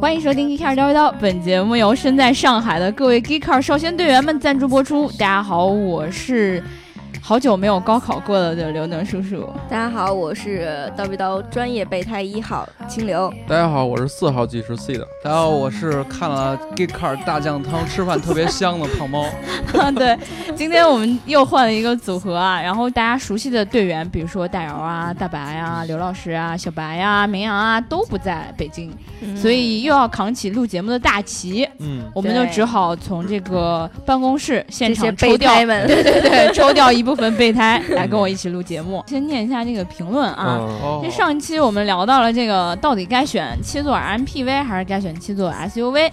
欢迎收听《Geekcar 叨叨叨》，本节目由身在上海的各位 Geekcar 少先队员们赞助播出。大家好，我是好久没有高考过了的刘能叔 叔。大家好，我是叨逼叨专业备胎一号清流。大家好，我是四号技师 C 的。大家好，我是看了《Geek Car 大酱汤》吃饭特别香的胖猫。对，今天我们又换了一个组合啊，然后大家熟悉的队员，比如说大姚啊、大白啊、刘老师啊、小白啊、明阳啊，都不在北京，嗯所以又要扛起录节目的大旗。嗯，我们就对只好从这个办公室现这些场抽备调胎 们，对对对，抽掉一部分备胎来跟我一起录节目。先念一下这个评论啊。嗯，哦这上一期我们聊到了这个到底该选七座 MPV 还是该选七座 SUV，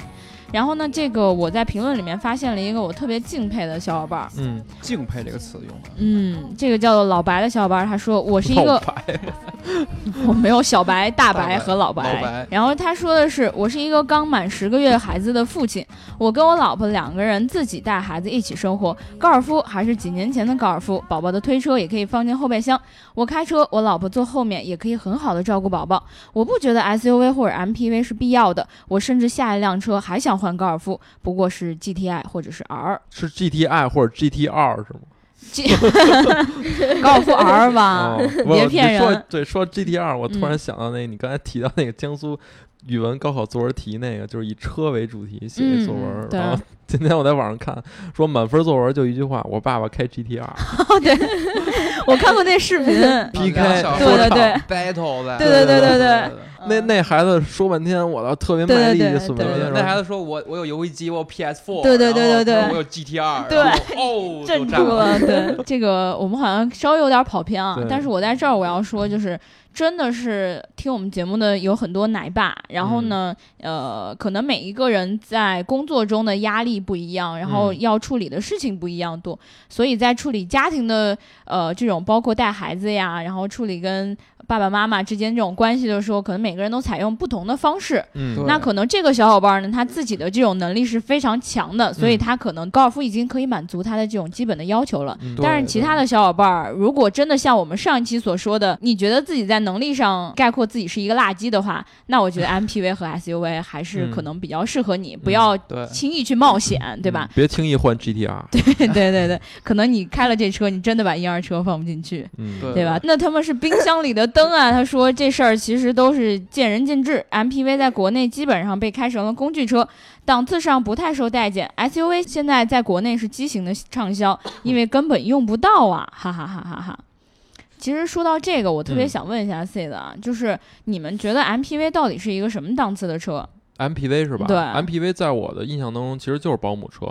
然后呢，这个我在评论里面发现了一个我特别敬佩的小伙伴儿，嗯，敬佩这个词用的，嗯，这个叫做老白的小伙伴儿，他说我是一个老白 我没有小白、大白白和老白。老白然后他说的是，我是一个刚满十个月的孩子的父亲，我跟我老婆两个人自己带孩子一起生活。高尔夫还是几年前的高尔夫，宝宝的推车也可以放进后备箱，我开车，我老婆坐后面，也可以很好的照顾宝宝。我不觉得 SUV 或者 MPV 是必要的，我甚至下一辆车还想换高尔夫，不过是 GTI 或者是 R。是 GTI 或者 GTR 是吗？ G 高尔夫 R 吧，哦我啊别骗你说人对，说 GTR，我突嗯然想到那，你刚才提到那个江苏语文高考作文题，那个就是以车为主题写嗯作文。对然后 今天我在网上看，说满分作文就一句话：我爸爸开 GTR。哦，对， 我看过那视频。 PK 小嗯对对对，battle 的，对对对对对那那孩子说半天，我倒特别卖力对对对，损对半对天。那孩子说我我有游戏机，我有 PS4，对对对然后对对我有 GTR，对然后哦，镇都住炸了。了，对，这个我们好像稍微有点跑偏啊对，但是我在这儿我要说，就是真的是听我们节目的有很多奶爸，然后呢，呃，可能每一个人在工作中的压力不一样，然后嗯要处理的事情不一样多，所以在处理家庭的呃这种包括带孩子呀，然后处理跟爸爸妈妈之间这种关系的时候，可能每个人都采用不同的方式。嗯对那可能这个小伙伴呢，他自己的这种能力是非常强的，所以嗯他可能高尔夫已经可以满足他的这种基本的要求了。嗯，对但是其他的小伙伴儿，如果真的像我们上一期所说的，你觉得自己在能力上概括自己是一个垃圾的话，那 我觉得 MPV 和 SUV 还是嗯可能比较适合你，嗯不要 对，轻易去冒险，对吧嗯？？别轻易换 GTR。对， 对嗯对对，可能你开了这车，你真的把一二车放不进去。嗯，对对吧？那他们是冰箱里的灯啊！他说这事儿其实都是见仁见智。MPV 在国内基本上被开成了工具车，档次上不太受待见。SUV 现在在国内是畸形的畅销，因为根本用不到啊！哈哈哈哈哈。其实说到这个，我特别嗯想问一下 C 的啊，就是你们觉得 MPV 到底是一个什么档次的车？ MPV 是吧？对，MPV 在我的印象当中其实就是保姆车，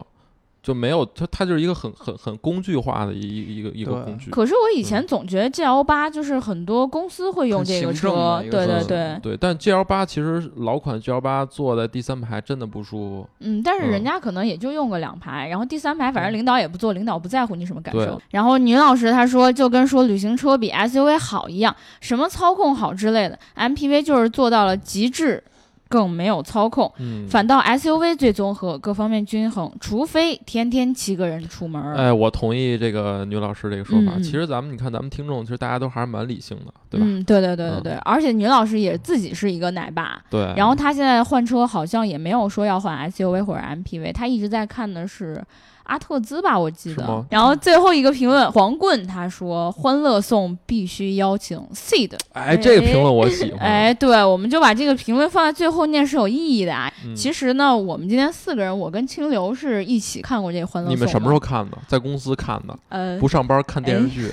就没有它，它就是一个很很很工具化的一一一个一个对工具。可是我以前总觉得 GL 八就是很多公司会用嗯很这个行政车的，一个对对车对，对，但 GL 八其实老款 GL 八坐在第三排真的不舒服。嗯，但是人嗯家可能也就用个两排，然后第三排反正领导也不做，领导不在乎你什么感受对。然后女老师她说，就跟说旅行车比 SUV 好一样，什么操控好之类的，MPV 就是做到了极致，更没有操控，嗯，反倒 SUV 最综合，各方面均衡，除非天天七个人出门儿。哎，我同意这个女老师这个说法。嗯嗯其实咱们你看，咱们听众其实大家都还是蛮理性的，对吧？嗯，对对对对嗯对，而且女老师也自己是一个奶爸，对。然后她现在换车好像也没有说要换 SUV 或者 MPV，她一直在看的是阿特兹吧，我记是得吗。然后最后一个评论，黄棍他说：“欢乐颂必须邀请 seed。哎，这个评论我喜”欢。哎，对，我们就把这个评论放在最后念是有意义的啊。嗯，其实呢，我们今天四个人，我跟清流是一起看过这《欢乐颂》。你们什么时候？看的？在公司看的，呃，不上班看电视剧。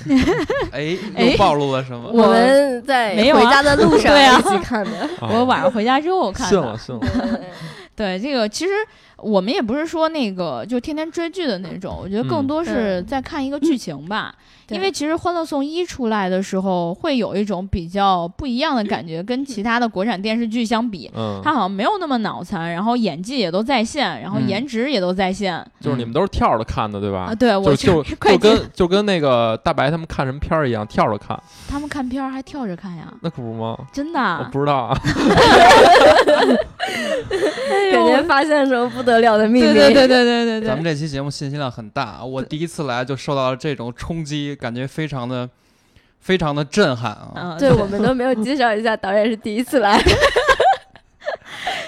哎，哎又暴露了什么？我我们在 没有啊回家的路上对啊一起看的。啊 我晚上回家之后看信了的。信 了。对，这个其实我们也不是说那个就天天追剧的那种，我觉得更嗯多是在看一个剧情吧。对因为其实《欢乐颂》一出来的时候，会有一种比较不一样的感觉，跟其他的国产电视剧相比，嗯，他好像没有那么脑残，然后演技也都在线，然后嗯颜值也都在线、就是你们都是跳着看的，对吧？啊。对，我就就觉得 快就进跟就跟那个大白他们看什么片儿一样，跳着看，他们看片儿还跳着看呀，那可不吗？真的我啊，不知道啊， 哎感呦觉发现什么不得了的秘密。对对对 对对对咱们对，这期节目信息量很大，啊我第一次来就受到了这种冲击，感觉非常的、非常的震撼啊！ 嗯， 对我们都没有介绍一下，导演是第一次来。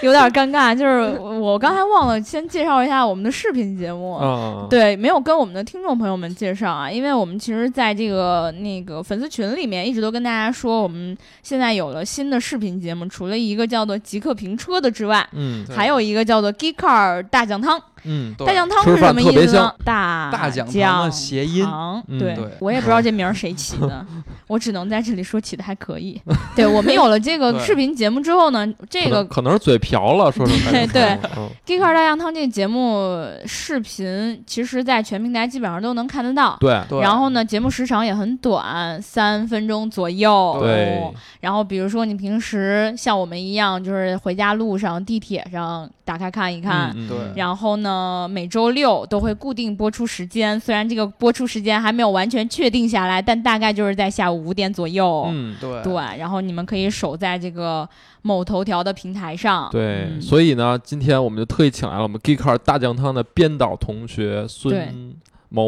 有点尴尬。就是我刚才忘了先介绍一下我们的视频节目。啊，对，没有跟我们的听众朋友们介绍啊，因为我们其实在这个那个粉丝群里面一直都跟大家说，我们现在有了新的视频节目，除了一个叫做极客评车的之外，嗯对还有一个叫做 Geek Car 大酱汤。嗯，对大酱汤吃是什饭么特别意思呢香？大大酱讲堂的谐音，堂嗯对对我也不知道这名儿谁起 的，我只能在这里说起的还可以。对我们有了这个对视频节目之后呢，这可个能可能是嘴瓢了，说是对对嗯《Geek 二大酱汤》这个节目视频，其实在全平台基本上都能看得到。对对，然后呢，节目时长也很短，三分钟左右。对，然后比如说你平时像我们一样，就是回家路上、地铁上打开看一看。嗯嗯对然后呢，每周六都会固定播出时间，虽然这个播出时间还没有完全确定下来，但大概就是在下午五点左右。嗯对对，然后你们可以守在这个某头条的平台上。对，嗯所以呢，今天我们就特意请来了我们 Geek Car 大酱汤的编导同学对孙 某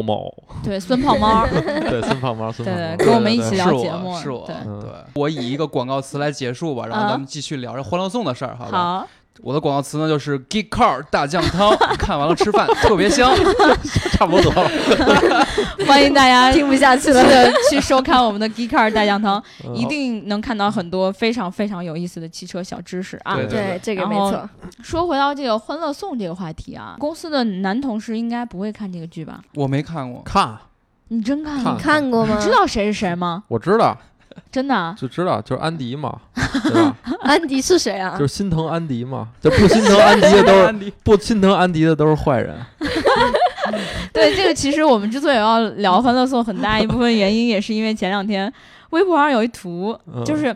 某，对，孙胖 猫，对，孙胖猫，孙胖对猫，跟我们一起聊是我节目是我对嗯对，我以一个广告词来结束吧，然后啊咱们继续聊这欢乐颂的事儿，好吧？好，我的 广告词呢就是 “geek car 大酱汤”， 看完了吃饭特别香。嗯差不 多。欢迎大家听不下去记了。得 去收看我们的 Geek 二大讲堂，嗯一定能看到很多非常非常有意思的汽车小知识啊。对对，这个没然啊错。说回到这个《欢乐颂》这个话题啊，公司的男同事应该不会看这个剧吧？我没看过，看，你真看看了？你看过吗你？知道谁是谁吗？我知道，真的 啊？就知道，就是安迪嘛，对吧？安迪是谁啊就？是心疼安迪嘛，就不心疼安迪的都是安迪不心疼安迪的都是坏人。对，这个其实我们之所以要聊《欢乐颂》，很大一部分原因也是因为前两天微博上有一图，嗯就是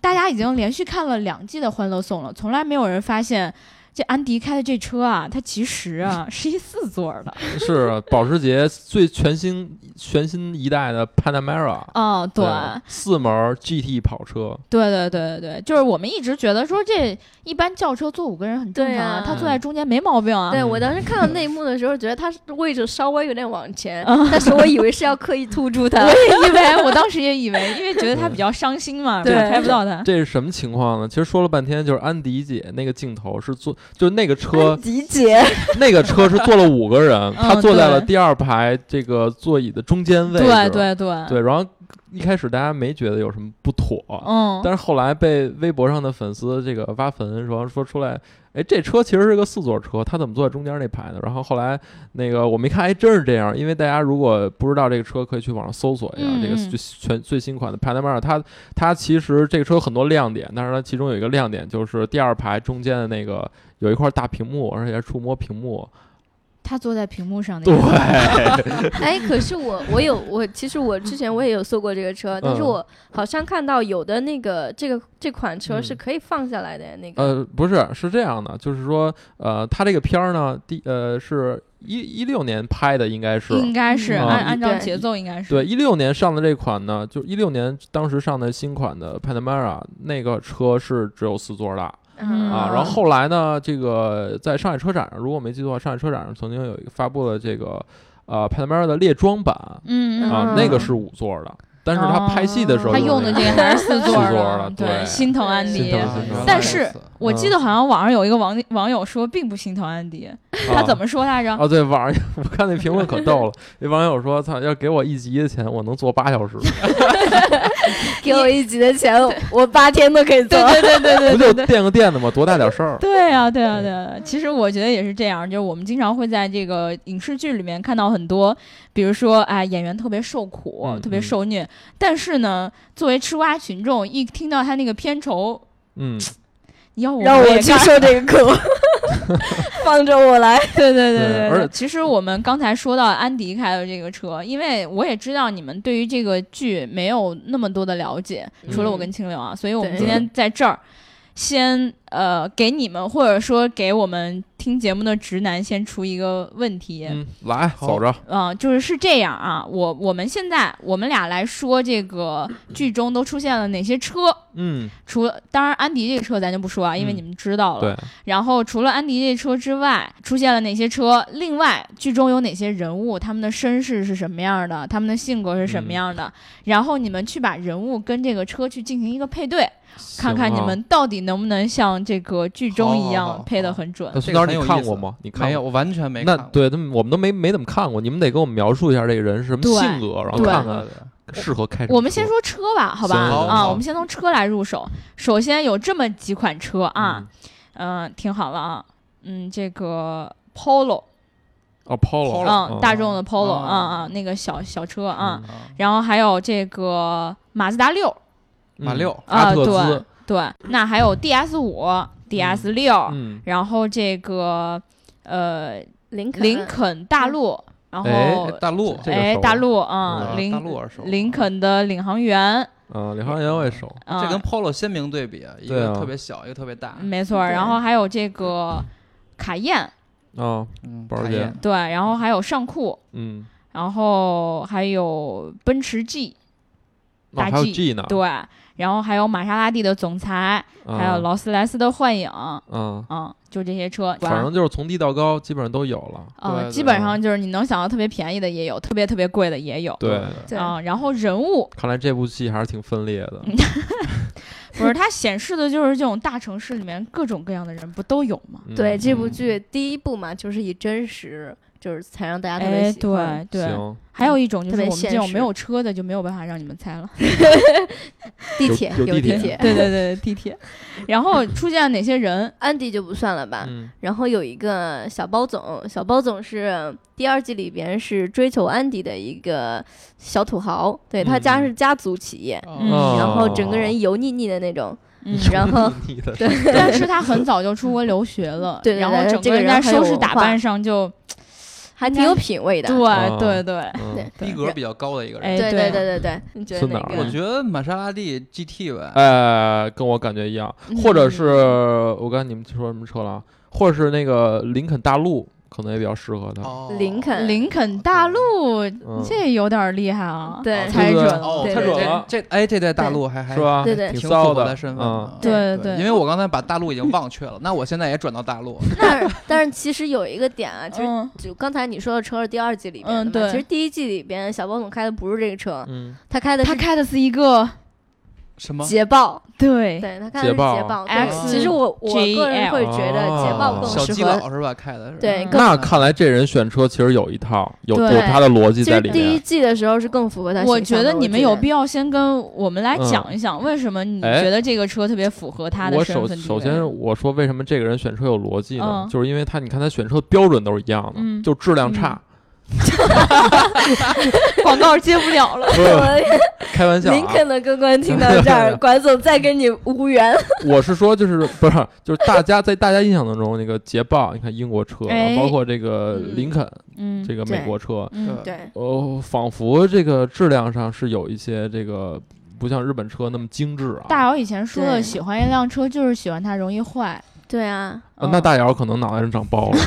大家已经连续看了两季的《欢乐颂》了，从来没有人发现这安迪开的这车啊，它其实啊是一四座儿的。是啊保时捷最全新全新一代的 Panamera，哦，对，四门儿 GT 跑车，对对对对对，就是我们一直觉得说这一般轿车坐五个人很正对常啊他坐在中间没毛病啊。 对我当时看到内幕的时候，觉得他位置稍微有点往前，啊但是我以为是要刻意突 出他我。也以为，我当时也以为，因为觉得他比较伤心嘛，对拍不到他。这是什么情况呢？其实说了半天，就是安迪姐那个镜头是坐，就是那 个车，迪姐， 那个车是坐了五个人，她坐在了嗯对第二排这个座椅的中间位置。对对对，对，然后一开始大家没觉得有什么不妥，嗯，但是后来被微博上的粉丝这个挖坟，然后说出来，哎，这车其实是个四座车，它怎么坐在中间那排呢？然后后来那个我没看，哎，真是这样，因为大家如果不知道这个车，可以去网上搜索一下、嗯这个嗯最全最新款的 Panamera，它它其实这个车有很多亮点，但是它其中有一个亮点就是第二排中间的那个有一块大屏幕，而且是触摸屏幕，他坐在屏幕上那对个。， 哎，可是我我有我，其实我之前我也有坐过这个车，但是嗯我好像看到有的那个这个这款车嗯是可以放下来的那个。呃，不是，是这样的，就是说，呃，它这个片儿呢，第呃是一一六年拍的，应该是，应该是嗯按啊按照对节奏应该是。 对，一六年上的这款呢，就一六年当时上的新款的 Panamera 那个车是只有四座的啊。嗯啊然后后来呢，这个在上海车展上，如果我没记错，上海车展上曾经有一个发布了这个呃 Panamera 的列装版啊、嗯，嗯哦啊那个是五座的，但是他拍戏的时候、他他用用的的这这个个还是四座座儿的，的对心疼安迪心疼。啊原来但是如此我记得好像网上有一个网网友说，并不心疼安迪，他怎么？么说来着？啊啊，对，网上 我看那评论可逗了，那网友说：“操，要给我一集的钱，我能坐八小时， 给我一集的钱，我八天都可以坐对。对对 对对不对就对。垫个垫子吗？多大点事儿？”对啊，对啊，对啊！其实我觉得也是这样，就是我们经常会在这个影视剧里面看到很多，比如说，哎，演员特别受苦，嗯特别嗯受虐，但是呢，作为吃瓜群众，一听到他那个片酬，嗯，要我让我我也去干受这个苦， 放着我来。对对对对对而对且其实我们刚才说到安迪开的这个车，因为我也知道你们对于这个剧没有那么多的了解，嗯除了我跟清流啊，所以我们对今天在这儿先呃给你们或者说给我们听节目的直男先出一个问题，嗯，来好走着，嗯、就是是这样啊，我我们现在我们俩来说这个剧中都出现了哪些车。嗯，除了当然安迪这个车咱就不说啊，因为嗯你们知道了。对，然后除了安迪这车之外，出现了哪些车？另外，剧中有哪些人物？他们的身世是什么样的？他们的性格是什么样的？然后你们去把人物跟这个车去进行一个配对，啊看看你们到底能不能像这个剧中一好好好样好配得很准。那孙这个导你很有看意思过吗？你看没过有，我完全没那看过。对，他们我们都没没怎么看过，你们得给我们描述一下这个人是什么对性格，然后对看对看对对适合开什么我们先车说车吧，好吧？行好啊，好我们先从车来入手。首先有这么几款车啊，嗯嗯、听好了啊，嗯，这个 Polo，哦，Polo， Polo，嗯，嗯大众的 Polo，哦啊啊，那个小小车啊，嗯啊然后还有这个马自达六，马嗯六啊、阿特对兹，对，那还有 DS 五、DS 六、嗯，然后这个呃林肯林肯大陆，然后哎大陆这个哎熟大陆嗯啊啊林大陆耳熟，林肯的领航员嗯，领航员我也熟，啊，这跟 Polo 鲜明对比啊，一对个啊特别小，一个特别大。没错，对然后还有这个卡宴，啊，嗯保时卡捷宴对，然后还有尚酷，嗯，然后还有奔驰 G，那大哦还有 G G 呢，对，然后还有玛莎拉蒂的总裁，嗯还有劳斯莱斯的幻影，嗯，嗯，就这些车，反正就是从低到高基本上都有了，啊、对基对本上就是你能想到特别便宜的也有，特别特别贵的也有。对，嗯对啊、然后人物看来这部戏还是挺分裂 的，不是它显示的就是这种大城市里面各种各样的人不都有吗？嗯对这部嗯剧第一部嘛，就是以真实就是才让大家特别哎，喜欢。对对，行，还有一种就是特别我们这现种没有实车的就没有办法让你们猜了。地有铁有地地铁铁， 对对对，地铁。然后出现了哪些人？ 安迪就不算了吧。嗯然后有一个小包总，小包总是第二季里边是追求安迪的一个小土豪，对他家嗯是家族企业，嗯哦然后整个人油腻腻的那种，嗯，然后你 的对但是他很早就出国留学了， 对对然后对整这个个人人在很收有拾文打化扮上就，还挺有品味的。对哦对对，嗯对逼格比较高的一个哎人。对对对对对对，你觉得孙哪楠个？儿我觉得玛莎拉蒂 GT 吧，哎，跟我感觉一样，嗯或者是我刚才你们说什么车了啊，或者是那个林肯大陆，可能也比较适合他。哦林肯，林肯大陆嗯这有点厉害啊，对猜准对了哦，，对太对准对了！这哎，这在大陆还还是吧？对对挺挺骚符合的他身份嗯的。对对因为我刚才把大陆已经忘却了，那我现在也转到大陆。但是但是其实有一个点啊，其实嗯就刚才你说的车是第二季里边的嗯嘛，对其实第一季里边小包总开的不是这个车，嗯，他开的他是开的是一个什么？捷豹，对对他开的是哎捷豹哦捷豹。 X E 对其实我我个人会觉得啊捷豹更小适基合。佬是吧？开的是吧嗯对更那看来这人选车其实有一套，有对有他的逻辑其在实里第一面。季的时候是更符合他形象的。我我觉得嗯你们有必要先跟我们来嗯讲一讲，为什么你哎觉得这个车特别符合他的我身首份地位？首先我说为什么这个人选车有逻辑呢哦嗯？就是因为他，你看他选车标准都是一样嗯的，就质量差，广告接不了了，不是 开玩笑嗯林啊。肯的哥哥听到这 儿，管总再跟你无缘。我是说，就是不是就是大家在大家印象当中，那个捷豹，你看英国车，啊哎包括这个嗯林肯 嗯，这个美国车，嗯 对，呃，仿佛这个质量上是有一些这个不像日本车那么精致啊。大姚以前说的，对喜欢一辆车就是喜欢它容易坏，对 啊，呃嗯那大姚可能脑袋上长包了，。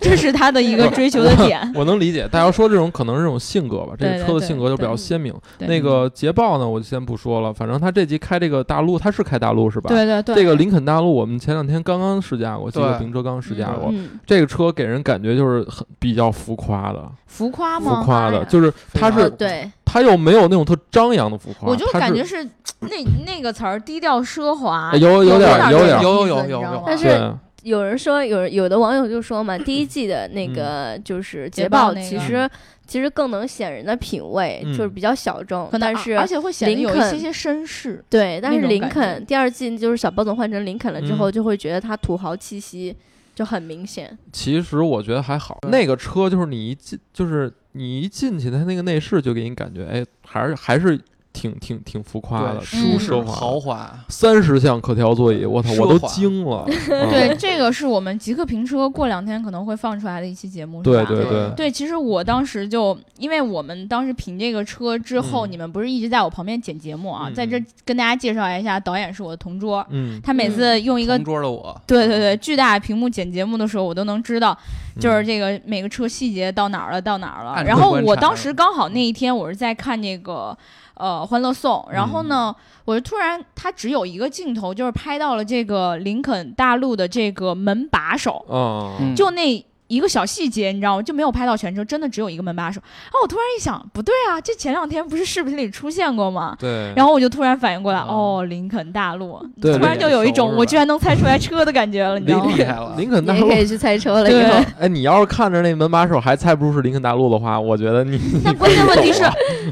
这是他的一个追求的点 我能理解。大姚说这种可能是这种性格吧，这对个对车的对性格就比较对鲜明。对嗯那个捷豹呢，我就先不说了，反正他这集开这个大陆，他是开大陆是吧？。对对对，这个林肯大陆，我们前两天刚刚试驾过，这个对停车刚试驾嗯过。嗯，这个车给人感觉就是很比较浮夸的，浮夸浮吗？夸哎的，呀就是它浮哦夸是对，它又没有那种特张扬的浮夸，我就它感是觉是那那个词儿低调奢华，哎有有有点儿有这点个意思有有你有知道有吗但是对有人说，有人有的网友就说嘛，第一季的那嗯个就是捷捷豹豹，那个其实其实更能显人的品味，嗯就是比较小众可，能但啊是而且会显得林有一肯些些绅士。对，但那是种林感肯觉第二季就是小包总换成林肯了之后，嗯就会觉得他土豪气息就很明显。其实我觉得还好，对那个车就是你一进，就是你一进去，它那个内饰就给你感觉，哎，还是还是挺挺挺浮夸的，对嗯舒适奢豪华。华，三十项可调座椅，我操，奢华我都惊了。嗯对，这个是我们极客评车过两天可能会放出来的一期节目，是对吧？对对对，其实我当时就，因为我们当时评这个车之后，嗯你们不是一直在我旁边剪节目啊？嗯在这跟大家介绍一下，导演是我的同桌，嗯，他每次用一个、同桌的我，对对对巨大的屏幕剪节目的时候，我都能知道，嗯就是这个每个车细节到哪儿了，到哪儿了。暗中然后观我察当时嗯刚好那一天我是在看那个呃《欢乐颂》，然嗯后呢，我就突然它只有一个镜头，就是拍到了这个林肯大陆的这个门把手，嗯嗯就那一个小细节，你知道吗？就没有拍到全车，真的只有一个门把手。然后我突然一想，不对啊，这前两天不是视频里出现过嗯吗？对，然后我就突然反应过来，哦哦，林肯大陆，对突然就有一林肯熟种是吧我居然能猜出来车的感觉了，你知林道吗厉？害了林 肯大也陆可。以去猜车了。以对后哎，你要是看着那门把手还猜不出是林肯大陆的话，我觉得你但关键问题是，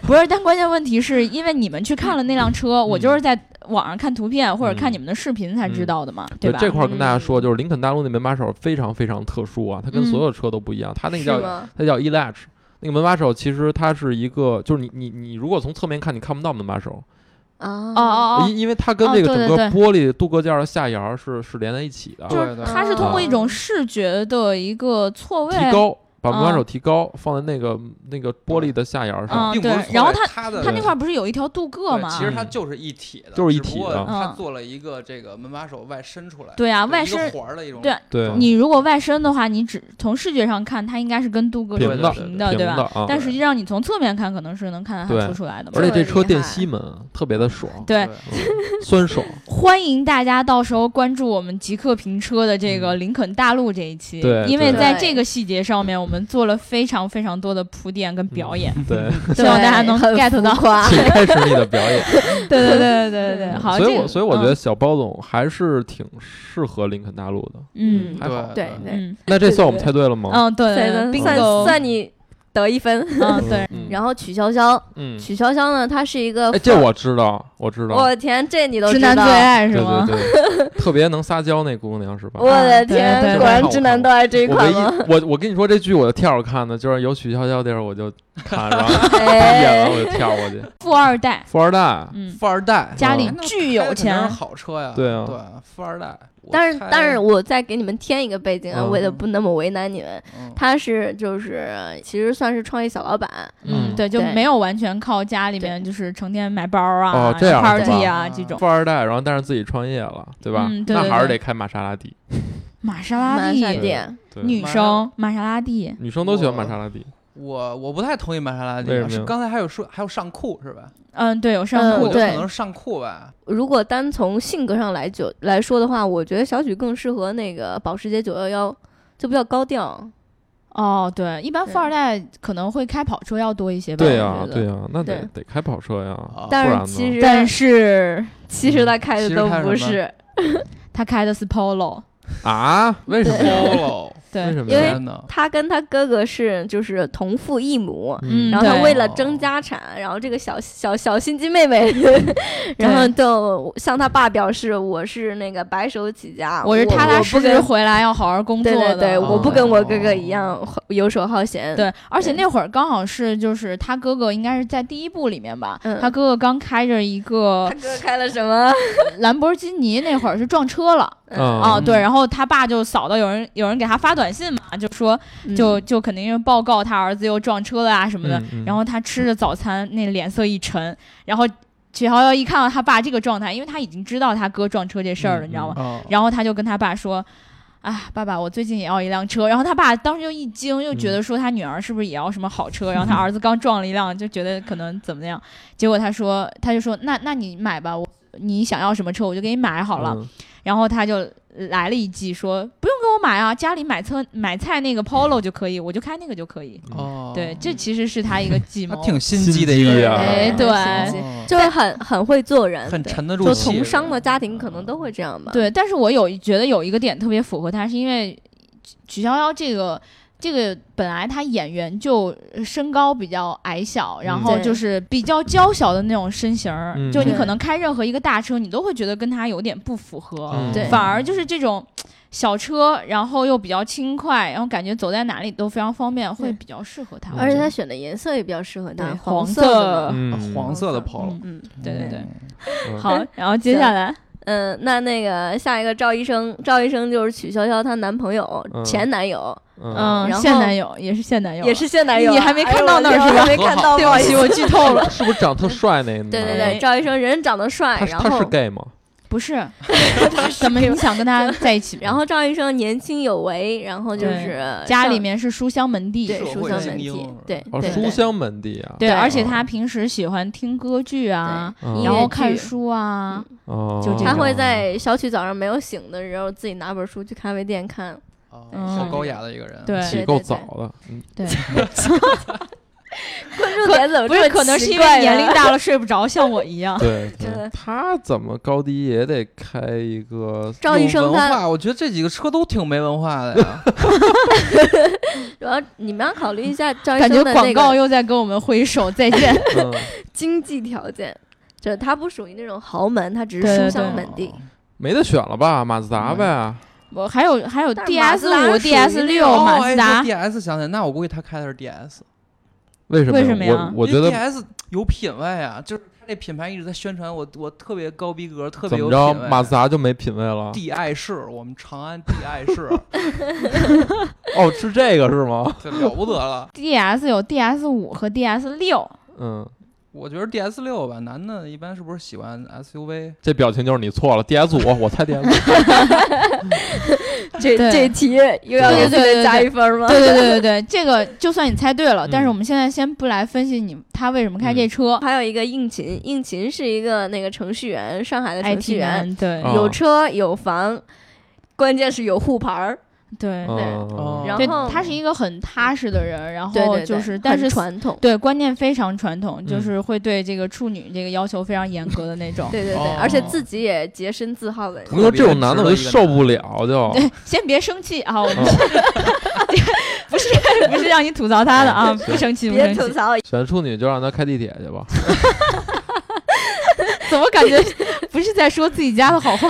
不是？但关键问题是因为你们去看了那辆车，我嗯就是在网上看图片或者看你们的视频才知道的嘛，对吧？这块儿跟大家嗯说，就是林肯大陆那门把手非常非常特殊啊，它跟嗯所有车都不一样，它那个是叫吗？它叫 e l a t c h 那个门把手其实它是一个，就是你你你如果从侧面看，你看不到门把手，啊哦哦哦，因因为它跟哦这个对对整个玻璃镀铬件儿的下沿儿是是连在一起的，就对是对它是通过一种视觉的一个错位，啊提高把门把嗯手提高，放在那个那个玻璃的下沿儿上，啊并不是对错然后位它它的它那块儿不是有一条镀铬对吗？其实它就是一体的，就是一只不体过的它嗯做了一个这个门把手外伸出来，对啊，外一个伸环儿的一种，对对，你如果外伸的话，你只从视觉上看，它应该是跟镀铬是平的平平对吧？啊。但实际上你从侧面看，可能是能看到它对凸出来的嘛。而且这么这车厉电害吸门特别的爽，对，嗯 酸爽，欢迎大家到时候关注我们极客评车的这个林肯大陆这一期，嗯对因为对在这个细节上面，我们做了非常非常多的铺垫跟表演， 对，希望大家能 get 到。 夸。请开始你的表演。对对对对对对，好，所以这我个所以我觉得嗯小包总还是挺适合林肯大陆的，嗯还好。对对嗯那这算我们对猜对了吗？嗯对对算对算 bingo，算你得一分。嗯对，嗯然后曲筱绡，嗯，曲筱绡呢，她是一个哎，这我知道，我知道，我的天，这你都直知男道最？爱是对吗？对对，特别能撒娇那姑娘是吧？我的天对对，对果然直男都爱这一我款唯一吗？我我跟你说这剧我就跳着看的，就是有曲筱绡地儿我就看，然后演完哎，我就跳过 去。富二代，富二代，嗯，富二代家里哦哎那巨有开的肯定钱是好车呀，对啊富二代。我但是猜但是，我再给你们添一个背景啊，嗯为了不那么为难你们，嗯他是就是其实算是创业小老板，嗯嗯对，就对没有完全靠家里面就是成天买包啊、哦这样 party 是啊吧这种。富二代，然后但是自己创业了，对吧？嗯对对那还是对得开玛莎拉蒂。嗯玛莎拉马闪蒂，电，对，女生玛莎拉蒂，女生都喜欢玛我莎拉蒂，我我不太同意玛莎拉蒂为什啊，么是呀刚才还有说还有上酷是吧？嗯，对，有上嗯裤我对觉得可能是上酷吧。如果单从性格上来就来说的话，我觉得小曲更适合那个保时捷九幺幺，就比较高调。哦，对，一般对富二代可能会开跑车要多一些吧。对我呀觉，得对呀，那得对得开跑车呀。啊不然但呢是其实但是其实他开的都不其实开是，他开的是 Polo，啊？为什么呀？ Polo，为对，什么因为呀？天哪！他跟他哥哥是就是同父异母。嗯然后他对为了争家产，然后这个小小小心机妹 妹，然后就向他爸表示我是那个白手起家，我是踏踏实啊我不实跟回来要好好工作对对的。对，哦我不跟我哥哥一样游手好闲。对，而且对那会儿刚好是就是他哥哥应该是在第一部里面吧，嗯他哥哥刚开着一他个哥开了什么？兰博基尼，那会儿是撞车了。啊哦，对，嗯然后他爸就扫到有人有人给他发短信嘛，就说 嗯就就肯定是报告他儿子又撞车了啊什么嗯的。然后他吃着早餐，那脸色一沉，然后曲瑶瑶一看到他爸这个状态，因为他已经知道他哥撞车这事儿了，嗯你知道吗？哦然后他就跟他爸说。哎，爸爸，我最近也要一辆车。然后他爸当时就一惊，又觉得说他女儿是不是也要什么好 车？然后他儿子刚撞了一辆，就觉得可能怎么样。结果他说，他就说，那那你买吧，我你想要什么车，我就给你买好嗯了。，然后他就来了一记说，不用给我买啊，家里买车买菜那个 Polo 就可以，我就开那个就可以。哦，对，这其实是他一个计他谋。挺心机的一个心机人，啊哎对哦就是很很会做人，很对沉得住就气从的商的家庭可能都会这样吧。，对，但是我有觉得有一个点特别符合他，是因为曲曲筱绡这个这个本来她演员就身高比较矮小，然后对就是比较娇小的那种身形儿，嗯就你对可能开任何一个大车，你都会觉得跟她有点不符合。嗯对反而就是这种小车，然后又比较轻快，然后感觉走在哪里都非常方便，会对比较适合他。而且我觉他得选的颜色也比较适合他，对黄黄的嘛。嗯，啊黄色的 Polo，嗯，嗯哎对对对，嗯好，然后接下来，嗯，那那个下一个赵医生，赵医生就是曲筱绡她男朋友、嗯前男友，嗯，然后现男友也是现男友了，也是现男友啊，你还没看到那儿哎呦是吧我没看 到，对不好哦不意起，思。我剧透了，是不是长特帅那？对对哎对，赵医生人长得帅，他是然他是后 gay 吗？ 不是， 怎么你想跟他在一起吗？然后赵医生年轻有为，然后就对是 家里上面是书香门第，对社书会香精门英第是吧，对哦，对书对香门第啊。对，嗯对而且他平时喜欢听歌剧啊，嗯音然乐后剧看书啊，哦就这种啊他会在小曲早上没有醒的时候，自己拿本书去咖啡店看。啊，嗯好高雅的一个人。对起够早的， 嗯，对，关注点怎么不这么是可能是因为年龄 大了睡不着，像我一样。对，真的对他怎么高低也得开一个，赵医有生文他，化，我觉得这几个车都挺没文化的呀。主要你们要考虑一下赵 医感觉生的广那告个又在跟我们挥手再见。嗯，经济条件，就是他不属于那种豪门，他只对是书对香 对门哦第。没得选了吧？马嗯自达呗， 我还有还有但是马 DS 自达五、属于那 DS 六、哦，马哎自你达说 DS 想起来，那我估计他开的是 DS。为什么呀？为什么呀我我觉得 DS 有品位啊，就是他这品牌一直在宣传我，我特别高逼格，特别怎有么品着，位。马自达就没品位了？ D I 市，我们长安 D I 市，哦，是这个是吗？这了不得了。 DS 有 DS 五和 DS 六，嗯，我觉得 D S 六吧，男的一般是不是喜欢 S U V？这表情就是你错了，DS 五，我猜 DS 五。嗯这对这题又要对对给自己对加对一分 吗？对对对对对，这个就算你猜对了，嗯但是我们现在先不来分析你他为什么开这车，还有一个应勤，应勤是一个那个程序员，上海的程 IT 序员，男哦对啊有车有房，关键是有沪牌儿。对对哦嗯然对，后他是一个很踏实的人，然对后对哦就是对但很是哦传统。对观念非常传统，就嗯是会对这个处女这个要求非常严格的那种。对对对，哦而且自己也洁身自好的。我跟嗯你说，这种男的我就受不了，就对，先别生气啊，我哦们 不是 不是让你吐槽他的啊，嗯不生气不哎别生吐气，槽，选处女就让他开地铁去吧。怎么感觉 不是在说自己家的好 话？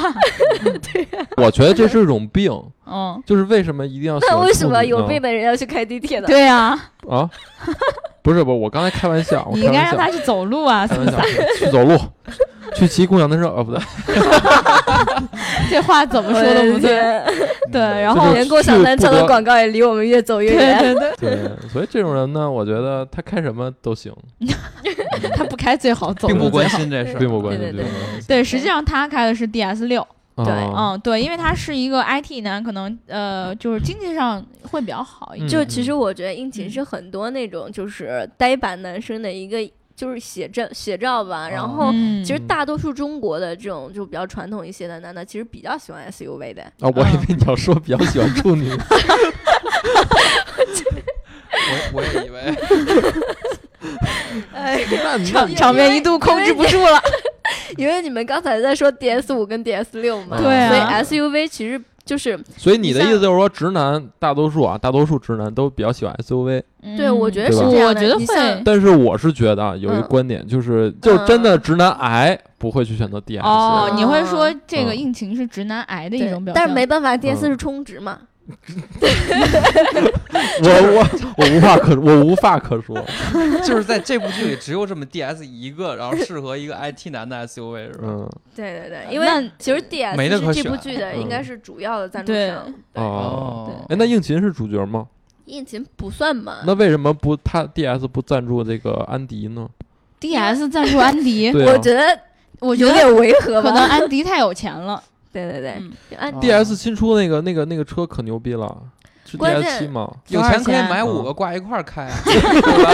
我觉得这是一种病，嗯，就是为什么一定要喜欢那处女呢？为什么有病的人要去开地铁呢？哦对啊，啊？ 不是不是，我刚才开 玩笑，我你开应该玩让笑他，去走路啊，开玩笑，去走路，去骑共享单车，哦不对， 这话怎么我说的都不对。天，对，嗯然就后是哦连共享单车的广告也离我们越走越对 远。对对，对，所以这种人呢，我觉得他开什么都行，他不开最好，走并路不最关好。心这事并儿。不关对心对对这种人。对，实际上他开的是 DS 六，对哦啊，嗯，对，因为他是一个 IT 男，可能呃，就是经济上会比较好一点。就嗯其实我觉得应勤嗯是很多那种就是呆板男生的一个就是写照写照吧，然后。嗯，其实大多数中国的这种就比较传统一些的男的，其实比较喜欢 SUV 的。啊，我以为你要说比较喜欢处 女，我我也 以为哎，那你场场面一度控制不住了。 因为你们刚才在说 DS 五跟 DS 六嘛，对啊所以 SUV 其实就是所以你的意思就是说，直男大多数啊，大多数直男都比较喜欢 SUV，对我觉得是这样嗯我的觉得你像会。但是我是觉得啊，有一个嗯观点就是，就真的直男癌不会去选择啊 DS，哦，嗯你会说这个嗯应勤是直男癌的一对种表现，但是没办法嗯，DS 是充值嘛，我我我无话可我无话可说，就是在这部剧里只有这么 D S 一个，然后适合一个 I T 男的 S U V 是吧？嗯对对对，那因为其实 D 没得 S 可是这部选剧的嗯应该是主要的赞助对商，哦，哦哎，那应勤是主角吗？应勤不算嘛。那为什么不他 DS 不赞助这个安迪呢？ DS 赞助安迪，对我啊觉得 我觉有得点违和可吧。能安迪太有钱了。对对对，嗯就按哦，DS 新出那个那个那个车可牛逼了，是关 DS 七键吗？有多少钱可以钱买五嗯个挂一块 儿开啊，对吧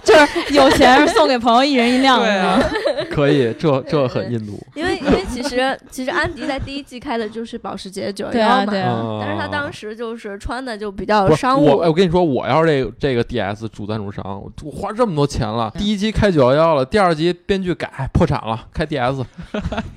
就是有钱送给朋友一人一辆，对啊是吗可以， 这这很印度。因为因为其实其实安迪在第一季开的就是保时捷九对幺啊嘛，对啊，啊但是他当时就是穿的就比较不是商我，哎，务我，跟你说，我要是这个这个 DS 主赞助商，我我花这么多钱了，嗯第一集开九幺幺了，第二集编剧改破产了，开 DS。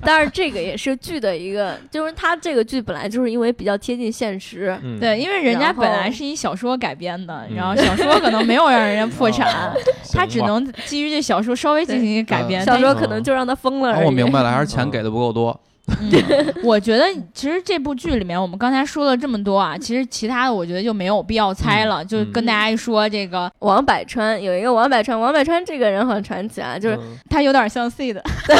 但是这个也是剧的一个，就是他这个剧本来就是因为比较贴近现实， 嗯，对，因为人家然后本来是一小说改编的，嗯然后小说可能没有让人家破哦产， 他只行吧能基于这小说稍微进行一个改编。对小但时候可能就让他疯了而哦已。我明白了，还是钱给的不够 多。嗯，我觉得其实这部剧里面，我们刚才说了这么多啊，其实其他的我觉得就没有必要猜嗯了，就跟大家一说这个，王百川有一个王百川，王百川这个人很传奇啊，就是嗯他有点像 C 的，嗯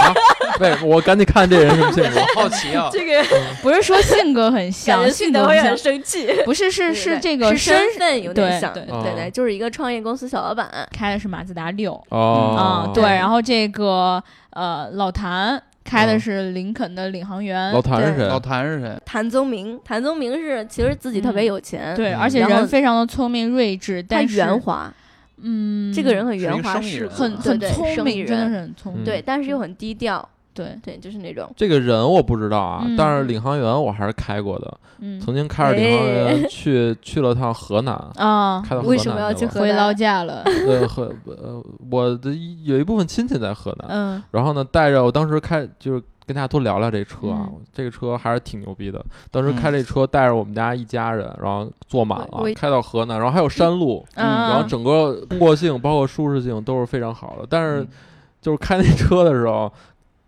啊， 为什么我赶紧看这人什 么性格。我好奇啊，这个 不是说性格很感像，觉性得格会很很像，生气。不是对是对是对这个是身份有点对像，对对对，就是一个创业公司小老板。开的是马自达六，哦嗯，，对，对然后这个呃老谭开哦的嗯是林肯的领航员老，谭是对老谁？谭是谁？谭宗明，谭宗明是其实自己特别有钱，对，嗯而且然后人非常的聪明睿智，他但是圆滑，嗯，这个人很是一圆个滑生意世人故，很对很对聪生意明，真的人嗯是很聪明，嗯对，但是又很低调，对，对，就是那种这个人我不知道啊，嗯但是领航员我还是开过的，嗯曾经开着领航员去、 去了趟河南，啊，开到河南为什么要去河？河回南老家了，呃，河呃，我的一有一部分亲戚在河南，嗯然后呢，带着我当时开就是跟大家多聊聊这车啊，嗯这个车还是挺牛逼的。当时嗯开这车带着我们家一家人，然后坐满了我我，开到河南，然后还有山路，嗯然后啊，整个通过性包括舒适性都是非常好的。但嗯嗯是就是开那车的时候。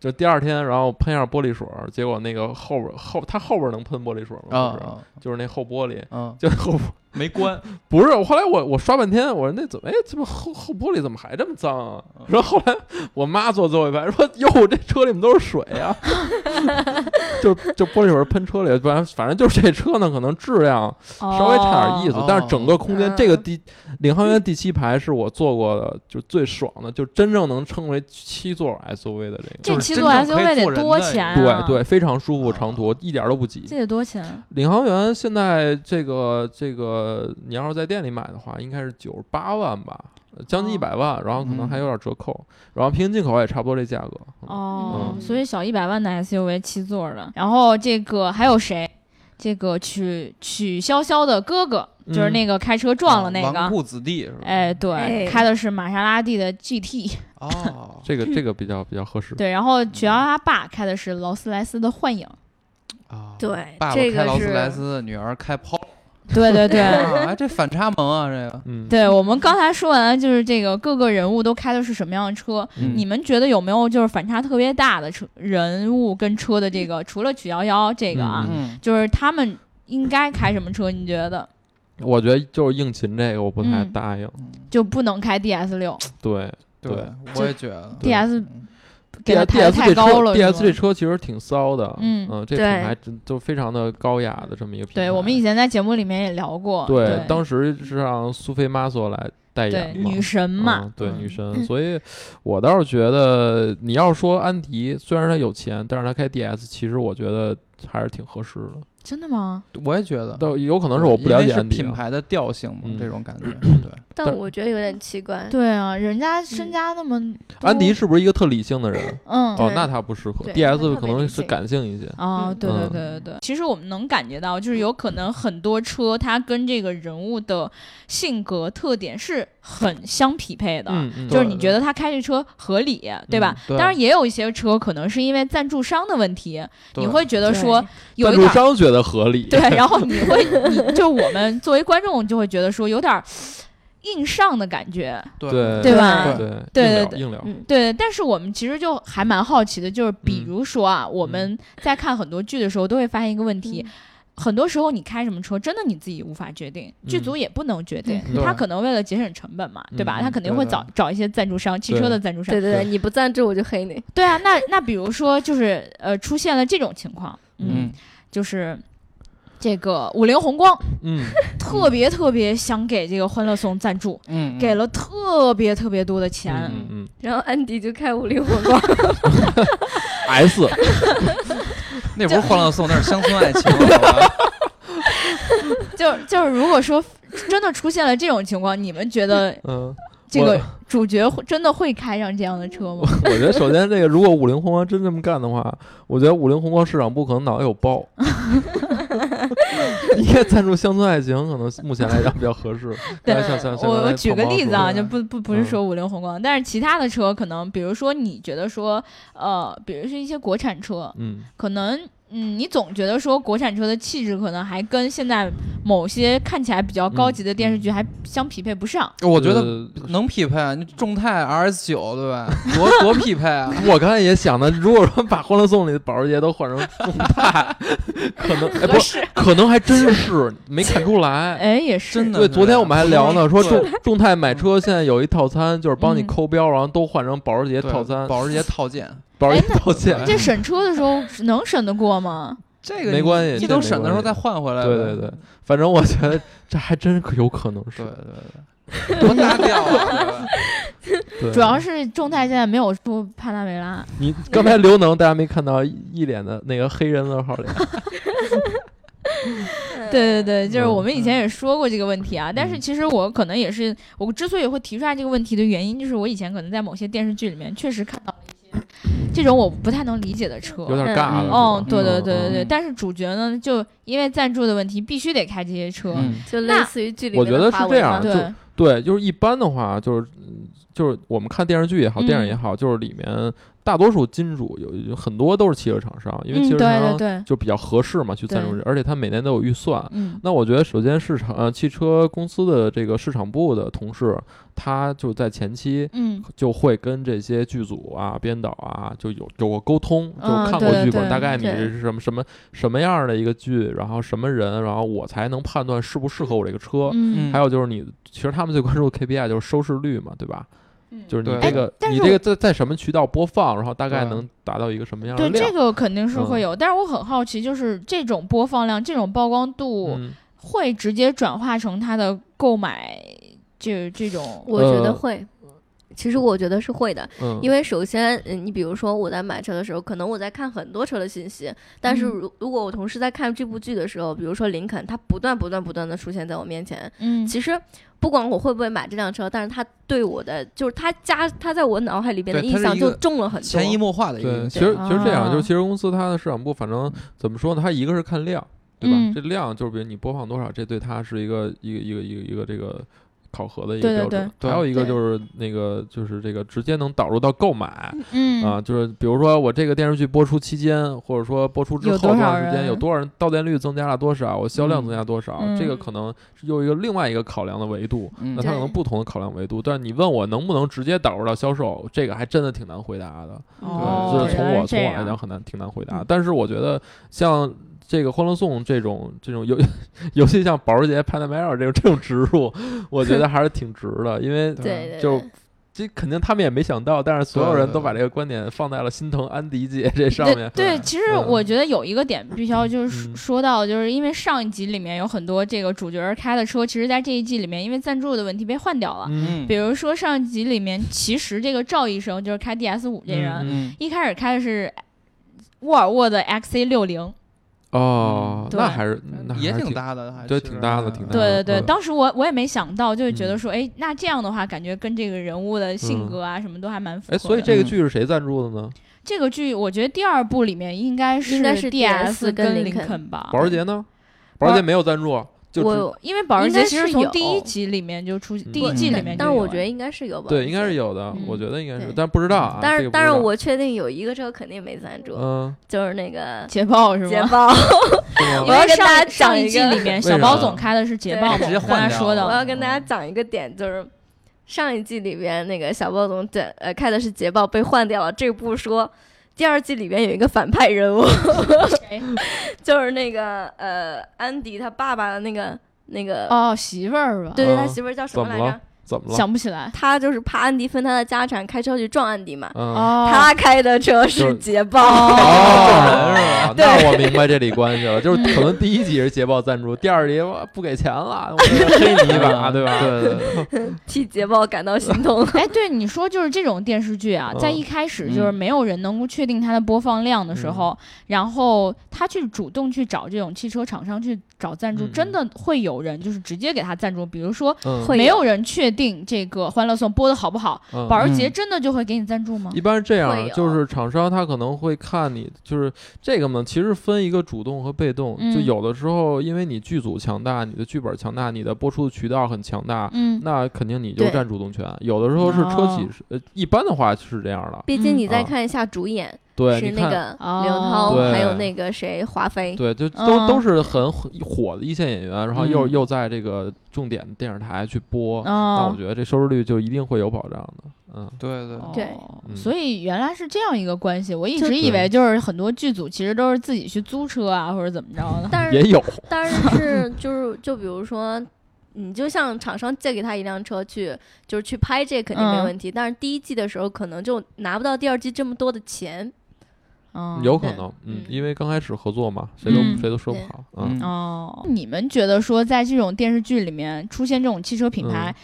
就第二天，然后喷一下玻璃水儿，结果那个后边后它后边能喷玻璃水嗯吗？不是啊就是那后玻璃，啊，就后没关，不是，后来我我刷半天，我说那怎么哎，这么后后玻璃怎么还这么脏啊？然后后来我妈坐最后一排说：“哟，这车里面都是水啊！”就就玻璃水喷车里，不然反正就是这车呢，可能质量稍微差点意思，哦但是整个空间、嗯这个第领航员第七排是我坐过的就最爽的，就真正能称为七座 SUV 的这这个，就是七真座正可 SUV 以坐得人多的钱啊？对对，非常舒服，啊长途一点都不挤。这得多钱？啊领航员现在这个这个，你要是在店里买的话，应该是九十八万吧，呃将近哦一百万，然后可能嗯还有点折扣，然后平行进口也差不多这价格。哦，嗯所以小一百万的 SUV 七座的，然后这个还有谁？这个曲曲筱绡的哥哥，就是嗯那个开车 撞了那纨个，绔啊子弟是吧？哎，对，哎开的是玛莎拉蒂的 GT，哦，这个这个比较比较合 适。嗯对，然后曲筱绡他爸开的是劳斯莱斯的幻影，啊对爸爸这开个劳斯是莱斯，女儿开 Polo，对对对。啊，哎这反差萌啊，这个嗯， 对我们刚才说完了，就是这个各个人物都开的是什么样的车？嗯你们觉得有没有就是反差特别大的车人物跟车的这个？嗯除了曲筱绡这个啊，嗯就是他们应该开什么车？你觉得我觉得就是硬勤这个我不太嗯答应。就不能开 DS 六对对对，我也觉得。对，DS 嗯给它，D 抬得 S 太这高了是车 D 吗 S 这车其实挺骚的，嗯这品对牌真就非常的高雅的这么一个品牌。对我们以前在节目里面也聊过，对对当时是让苏菲玛索来代对言嘛，女神嘛嗯，对女神，嗯所以我倒是觉得，你要说安迪，虽然他有钱，但是他开 DS，其实我觉得还是挺合适的。真的吗？我也觉得，但有可能是我不了因解为是安迪啊、品牌的调性嘛嗯，这种感觉。对，但但我觉得有点奇怪。对啊，人家身家那么多嗯安迪，是不是一个特理性 的人？嗯，哦，对那他不适合对他特，DS 别可能理是性感性一些。啊、嗯对对嗯对对对，其实我们能感觉到，就是有可能很多车它跟这个人物的性格特点是很相匹配的。嗯嗯，就是你觉得他开这车合理，对吧？对当然也有一些车可能是因为赞助商的问题，对你会觉得说有赞一助点儿商觉得合理， 对，然后你会你就我们作为观众就会觉得说有点儿硬上的感觉，对对吧？对对对对硬聊对硬聊，嗯，对，但是我们其实就还蛮好奇的，就是比嗯如说啊，我们在看很多剧的时候，都会发现一个问题。嗯很多时候你开什么车，真的你自己无法决定，剧组也不能决定。嗯他对可能为了节省成本嘛，对吧？嗯他肯定会对找找一些赞助商，汽车的赞助商。对对对对，你不赞助我就黑你。对啊，那那比如说就是呃，出现了这种情况，嗯，就是这个五菱宏光嗯，特别特别想给这个《欢乐颂》赞助，嗯，给了特别特别多的钱，嗯嗯然后安迪就开五菱宏光， ，S 那不是欢乐颂，那是乡村爱情，好吧就就是如果说真的出现了这种情况，你们觉得嗯， 这个主角会真的会开上这样的 车吗？我觉得首先这个，如果五菱宏光真这么干的话，我觉得五菱宏光市场部可能脑袋 有包。应该赞助乡村爱情，可能目前来讲比较合 适。对大家像像像我刚才我举个胖猫例子说嗯啊，对就不不不是说五菱宏光，但是其他的车可能，比如说你觉得说，呃，比如是一些国产车的，，嗯，可能。嗯，你总觉得说国产车的气质可能还跟现在某些看起来比较高级的电视剧还相匹配不上。我觉得呃能匹配啊，你众泰 RS 九对吧？多多匹配啊！我刚才也想的，如果说把《欢乐颂》里的保时捷都换成众泰， 可能哎不是，可能还真是没看出来。哎，也是，真的啊对，昨天我们还聊呢，说对众众泰买车现在有一套餐，就是帮你嗯抠标，然后都换成保时捷对套餐，保时捷 套件，保时捷哎那套件。这审车的时候能审得过吗？这个没你关系你这等没审的时候关再换回来呗。对对对，反正我觉得这还真可有可能是对，对对，多搭调 啊！对主要是众泰现在没有出帕拉梅拉，你刚才刘能，大家没看到一脸的那个黑人问号脸，对对对，就是嗯我们以前也说过这个问题啊，但是其实我可能也是，我之所以会提出来这个问题的原因，就是我以前可能在某些电视剧里面确实看到了一些这种我不太能理解的车，有点嗯尬了。嗯是吧哦，对对对对对，嗯但是主角呢，就因为赞助的问题，必须得开这些车。嗯，就那类似于剧里我面觉的啊得华是这为样嘛就对，对，就是一般的话，就是嗯就是我们看电视剧也好，电影也嗯好，就是里面大多数金主有有很多都是汽车厂商，因为嗯，汽对车厂对商对，就比较合适嘛，去赞助对，而且他每年都有预算。嗯，那我觉得，首先市场呃，汽车公司的这个市场部的同事，他就在前期嗯，就会跟这些剧组啊、编导啊就有有过沟通，就嗯看过对对剧本，对大概你对这是什么什么什么样的一个剧，然后什么人，然后我才能判断适不适合我这个车。嗯，嗯还有就是你，其实他们最关注的 KPI 就是收视率嘛，对吧？就是你对这个哎但你是这我个在在什么渠道播放，然后大概对能达到一个什么样的对，这量？个肯定是嗯会有，但是我很好奇，就是这种播放量、这种曝光度，嗯，会直接转化成他的购买，这这种，我觉呃得会。其实我觉得是会的，嗯因为首先，嗯，你比如说我在买车的时候，可能我在看很多车的信息，但是嗯如如果我同事在看这部剧的时候，比如说林肯，它不断不断不断的出现在我面前，嗯，其实不管我会不会买这辆车，但是它对我的就是它加它在我脑海里边的对印它是象一个就重了很多。潜移默化的一个对，影其响。实其实这样，啊就是汽车公司它的市场部，反正怎么说呢，它一个是看量，对吧？嗯这量就是比如你播放多少，这对它是一个一个一个一个一个这个考核的一个对对标准。对还有一个对就是那个就是这个直接能导入到购买。嗯啊，就是比如说我这个电视剧播出期间，或者说播出之有多后多少长时间，人有多少人到店率增加了多少，我销量增加多少，嗯这个可能是又一个另外一个考量的维度。嗯那它可能对不同的考量维度，但是你问我能不能直接导入到销售，这个还真的挺难回答的。哦，对，就是从原来我这从我样来讲很难挺难回答嗯，但是我觉得像这个《欢乐颂》这种这种尤 尤其像保时捷 Panamera 这种这种植入，我觉得还是挺值的，因为对对就对这肯定他们也没想到，但是所有对人对都对把这个观点放在了心疼安迪姐这上面。对，对其实嗯我觉得有一个点必须要就是说嗯说到，就是因为上一集里面有很多这个主角开的车，其实在这一季里面因为赞助的问题被换掉了。嗯，比如说上一集里面，其实这个赵医生就是开 DS 五这人，嗯嗯，一开始开的是沃尔沃的 XC 六零，啊哦，对那还是那还也是挺搭的，还对是挺搭的挺搭的对对对，嗯当时我我也没想到，就是觉得说，哎，那这样的话，感觉跟这个人物的性嗯格啊什么都还蛮符合的。哎，所以这个剧是谁赞助的呢？这个剧，我觉得第二部里面应该是应该是 DS DS 跟林林肯肯吧，保时捷呢？保保时捷没有赞助，啊就只我因为保时应捷该其实是从有第一集里面就出，嗯第一季里面就有了，但我觉得应该是有吧。对应该是有的，我嗯觉得应该是对，但不知道啊。但这是个不但知是道我确定有一个车肯定没赞助，嗯，就是那个捷豹 是捷吗？豹。是吗我我要要跟大上家讲上一一季个里面，啥小包总开的是捷豹嘛，对直接我刚才换掉说了的我，要跟大家嗯讲一个点，就是上一季里边那个小包总对呃开的是捷豹被换掉了，这不说。第二季里边有一个反派人物， 谁就是那个呃安迪他爸爸的那个那个，哦，媳妇儿是吧？对对，他嗯媳妇儿叫什么怎来么了着？怎么了？想不起来。他就是怕安迪分他的家产，开车去撞安迪嘛。嗯，哦，他开的车是就捷豹，哦，是吧？对那我明白这里关系了，就是可能第一集是捷豹赞助，第二集我不给钱了，我就黑你一把，对吧？对对对， 替捷豹感到心痛。哎，对你说就是这种电视剧啊，在嗯一开始就是没有人能够确定它的播放量的时候，然后他去主动去找这种汽车厂商去找赞助，嗯嗯真的会有人就是直接给他赞助，比如说。嗯会没有有人确定这个《欢乐颂》播的好不好，嗯保时捷嗯真的就会给你赞助吗？一般是这样会，有就是厂商他可能会看你，就是这个嘛，其实分一个主动和被动。嗯就有的时候，因为你剧组强大，你的剧本强大，你的播出的渠道很强大，嗯，那肯定你就对占主动权。有的时候是车哦企是，呃，一般的话是这样的。 毕竟你再嗯看一下主演，对，是你那看，个哦刘涛，对还有那个谁华妃，对，就都、嗯都是很火的一线演员，然后又、嗯又在这个重点电视台去播，那我哦，觉得这收视率就一定会有保障的。嗯，对对，对哦嗯所以原来是这样一个关系。我一就直以对为就是很多剧组其实都是自己去租车啊，或者怎么着的。但是也有，但是就是就比如说，你就像厂商借给他一辆车去，就是去拍这肯定没嗯问题。但是第一季的时候可能就拿不到第二季这么多的钱。嗯，有可对能，嗯因为刚开始合作嘛，谁都、嗯谁都说不对好，嗯嗯哦，你们觉得说在这种电视剧里面出现这种汽车品牌，嗯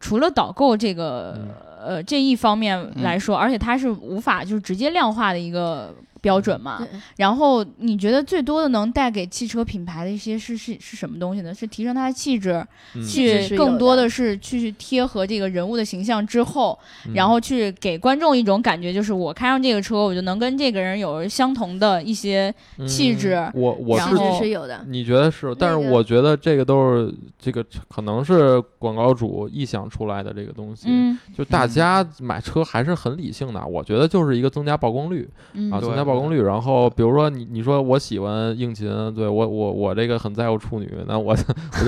除了导购这个、呃这一方面来说，而且它是无法就是直接量化的一个标准嘛嗯对。然后你觉得最多的能带给汽车品牌的一些是是是什么东西呢？是提升它的气质，嗯质去是有更的多的是去贴合这个人物的形象之后，嗯然后去给观众一种感觉，就是我开上这个车，我就能跟这个人有相同的一些。气质嗯我我然是气嗯质后啊是有的，你觉得是，但是那个我觉得这个都是这个可能是广告主臆想出来的这个东西，嗯就大嗯家买车还是很理性的，我觉得就是一个增加曝光率嗯啊，对增加曝光率。然后比如说你你说我喜欢应勤，对我我我这个很在乎处女，那我我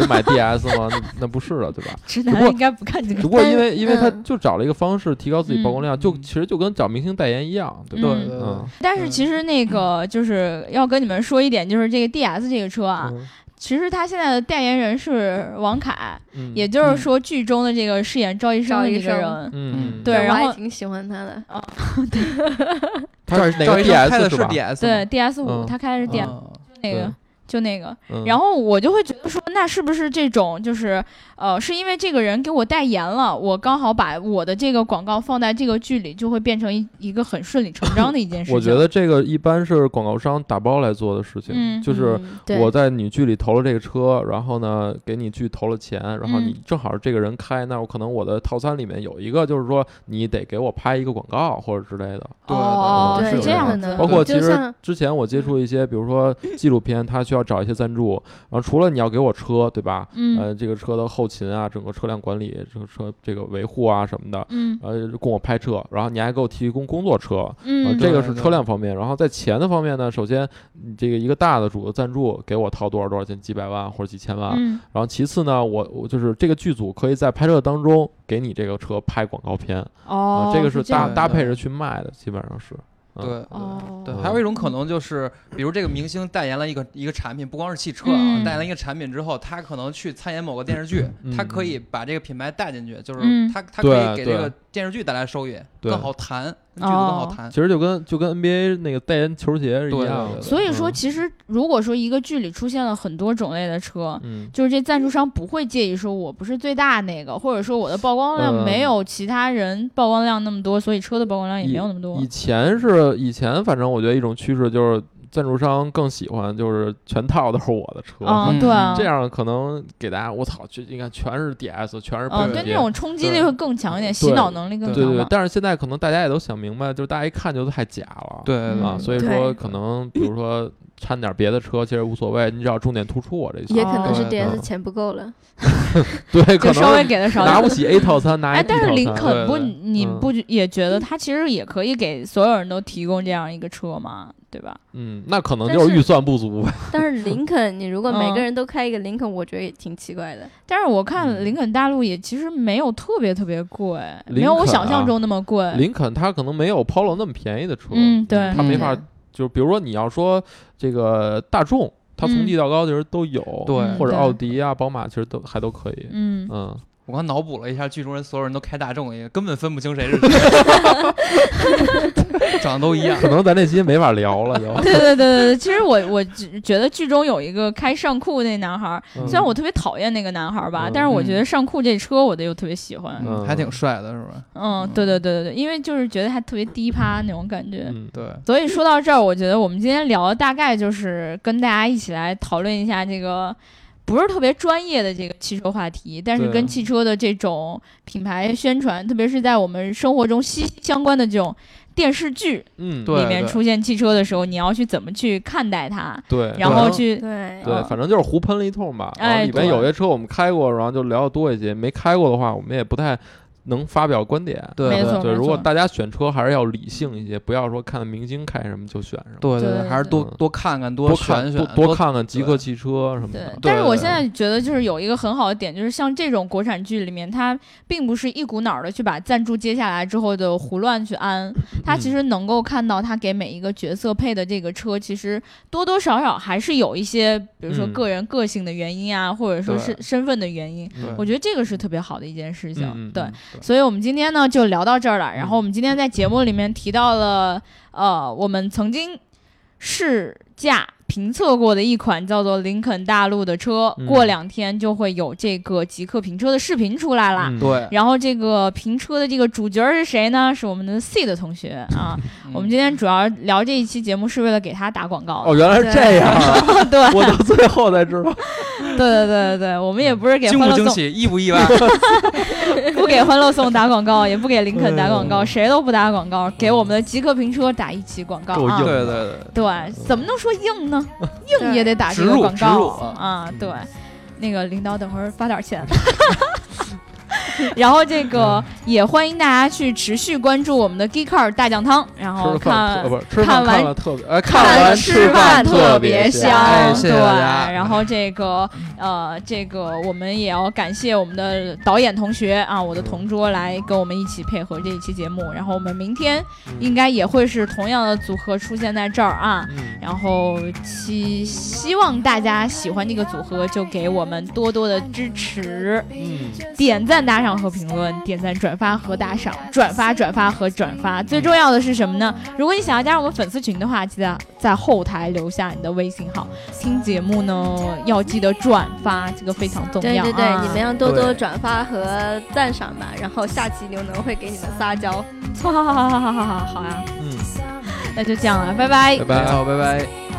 就买 DS 嘛，那那不是了，对吧？直只不过男应该不看这只个不。过但因为因为他嗯就找了一个方式提高自己曝光量，就嗯其实就跟找明星代言一样，对吧？嗯对嗯但是其实那 个就是要跟你们说一点，就是这个 DS 这个车啊，嗯其实他现在的代言人是王凯，嗯也就是嗯说剧中的这个饰演赵医生的赵医这个生人，嗯，对然我后还挺喜欢他的。他是哪赵个医生 DS 开的是是吧？ DS 对吗 DS 五，嗯他开的是 DS 嗯那个，就那个。嗯然后我就会觉得说，那是不是这种就是呃，是因为这个人给我代言了，我刚好把我的这个广告放在这个剧里，就会变成一一个很顺理成章的一件事情。我觉得这个一般是广告商打包来做的事情，嗯就是嗯对我在你剧里投了这个车，然后呢给你剧投了钱，然后嗯你正好是这个人开，那我可能我的套餐里面有一个就是说你得给我拍一个广告或者之类的。对哦，对是对这样对的，对包括其就实像之前我接触一些，比如说纪录片，它需要找一些赞助，然后除了你要给我车，对吧？嗯呃，这个车的后勤啊，整个车辆管理，这个车这个维护啊什么的，嗯呃，供我拍摄，然后你还给我提供工作车，啊，嗯，这个对是对车辆方面，然后在钱的方面呢，首先你这个一个大的主的赞助给我掏多少多少钱，几百万或者几千万，嗯然后其次呢，我我就是这个剧组可以在拍摄当中给你这个车拍广告片哦啊，，这个是样搭的搭配着去卖的，基本上是，嗯对对哦对，还有一种可能就是，比如这个明星代言了一个一个产品，不光是汽车嗯啊，代言了一个产品之后，他可能去参演某个电视剧嗯，他可以把这个品牌带进去，就是嗯他他可以对给对这个电视剧带来收益，对更好谈，跟剧组更哦好谈。其实就跟就跟 NBA 那个代言球鞋是一对对样对的，所以说，嗯其实如果说一个剧里出现了很多种类的车，嗯。就是这赞助商不会介意说我不是最大那个，或者说我的曝光量嗯没有其他人曝光量那么多，所以车的曝光量也没有那么多以。前是以前，反正我觉得一种趋势就是赞助商更喜欢就是全套都是我的车，啊，嗯对啊，这样可能给大家，我操，这你看全是 DS，全是嗯，奔对，驰那种冲击力对会更强一点，对洗脑能力更对强对嘛对。。但是现在可能大家也都想明白，就是大家一看就是太假了，对嗯啊，对所以对说可能比如说掺点别的车其实无所谓，你只要重点突出我这一也项，可能是哦对 DS 嗯钱不够了， 对，就可稍微能给的少拿不点。起 A 套餐，拿哎，一 B 但套是餐，林肯不，对对你嗯不也觉得他其实也可以给所有人都提供这样一个车嘛，对吧？嗯，那可能但就是是预算不足 呗，但是林肯，你如果每嗯个人都开一个林肯，我觉得也挺奇怪的。但是我看嗯林肯大陆也其实没有特别特别贵，林没有我肯想象啊中那么贵。林肯它可能没有 Polo 那么便宜的车，嗯对它没法嗯，就比如说你要说这个大众，它从嗯低到高其实都有，对或者对奥迪啊、宝马其实都还都可以，嗯，嗯，我刚脑补了一下，剧中人所有人都开大众，也根本分不清谁是谁， 长得都一样。可能咱这期没法聊了就。 对对对对对，其实我我只觉得剧中有一个开上酷那男孩儿，嗯虽然我特别讨厌那个男孩儿吧，嗯但是我觉得上酷这车我的又特别喜欢。嗯还挺帅的，是吧？嗯，对对对对对，因为就是觉得他特别低趴那种感觉。嗯，对，所以说到这儿，我觉得我们今天聊的大概就是跟大家一起来讨论一下这个不是特别专业的这个汽车话题，但是对跟汽车的这种品牌宣传，特别是在我们生活中息息相关的这种电视剧嗯，对里面出现汽车的时候，你要去怎么去看待它，对，然后去对对，嗯反正就是胡喷了一通吧。然后哎里面对有些车我们开过，然后就聊得多一些；没开过的话，我们也不太能发表观点。对没错对，如果没错大家选车还是要理性一些，不要说看明星开什么就选什么，对对对还是多嗯多看看，多选看选，多看看极客对汽车什么对的，。嗯但是我对对现在觉得就是有一个很好的点，就是像这种国产剧里面，它并不是一股脑儿的去把赞助接下来之后的胡乱去安，它其实能够看到它给每一个角色配的这个车，其实多多少少还是有一些，比如说嗯个人个性的原因啊，或者说是对身份的原因。对我觉得这个是特别好的一件事情，嗯嗯对嗯。所以我们今天呢就聊到这儿了。然后我们今天在节目里面提到了，呃，我们曾经试驾评测过的一款叫做林肯大陆的车，嗯过两天就会有这个极客评车的视频出来啦。嗯，对，然后这个评车的这个主角是谁呢？是我们的 C 的同学啊。嗯我们今天主要聊这一期节目是为了给他打广告的。哦，原来是这样啊， 对我到最后才知道，对对对对对，我们也不是给惊欢不乐惊颂喜，意不 意外？ 不给欢乐颂打广告，也不给林肯打广告，嗯谁都不打广告，给我们的极客评车打一期广告够啊硬！对对对， 对，怎么能说硬呢？硬也得打这植个入广植入告啊啊！对嗯，那个领导等会儿发点 钱。 然后这嗯个也欢迎大家去持续关注我们的 Geek Car 大酱汤，然吃后了饭哦看特不是吃了看饭完看了特别，呃，看完完吃吃饭饭特别别香香，哎谢谢对，大家然后这个呃，这个我们也要感谢我们的导演同学啊，我的同桌来跟我们一起配合这一期节目。然后我们明天应该也会是同样的组合出现在这儿啊。嗯然后希希望大家喜欢这个组合，就给我们多多的支持，嗯，点赞、打赏和评论，点赞、转发和打赏，转发、转发和转发。最重要的是什么呢？如果你想要加入我们粉丝群的话，记得在后台留下你的微信号。听节目呢，要记得转发，这个非常重对要啊。对对，你们要多多嗯对转发和赞赏吧，然后下期刘能会给你们撒娇。 好好好好好好好好好呀，啊嗯，那就这样了，拜拜拜。拜。好，拜拜。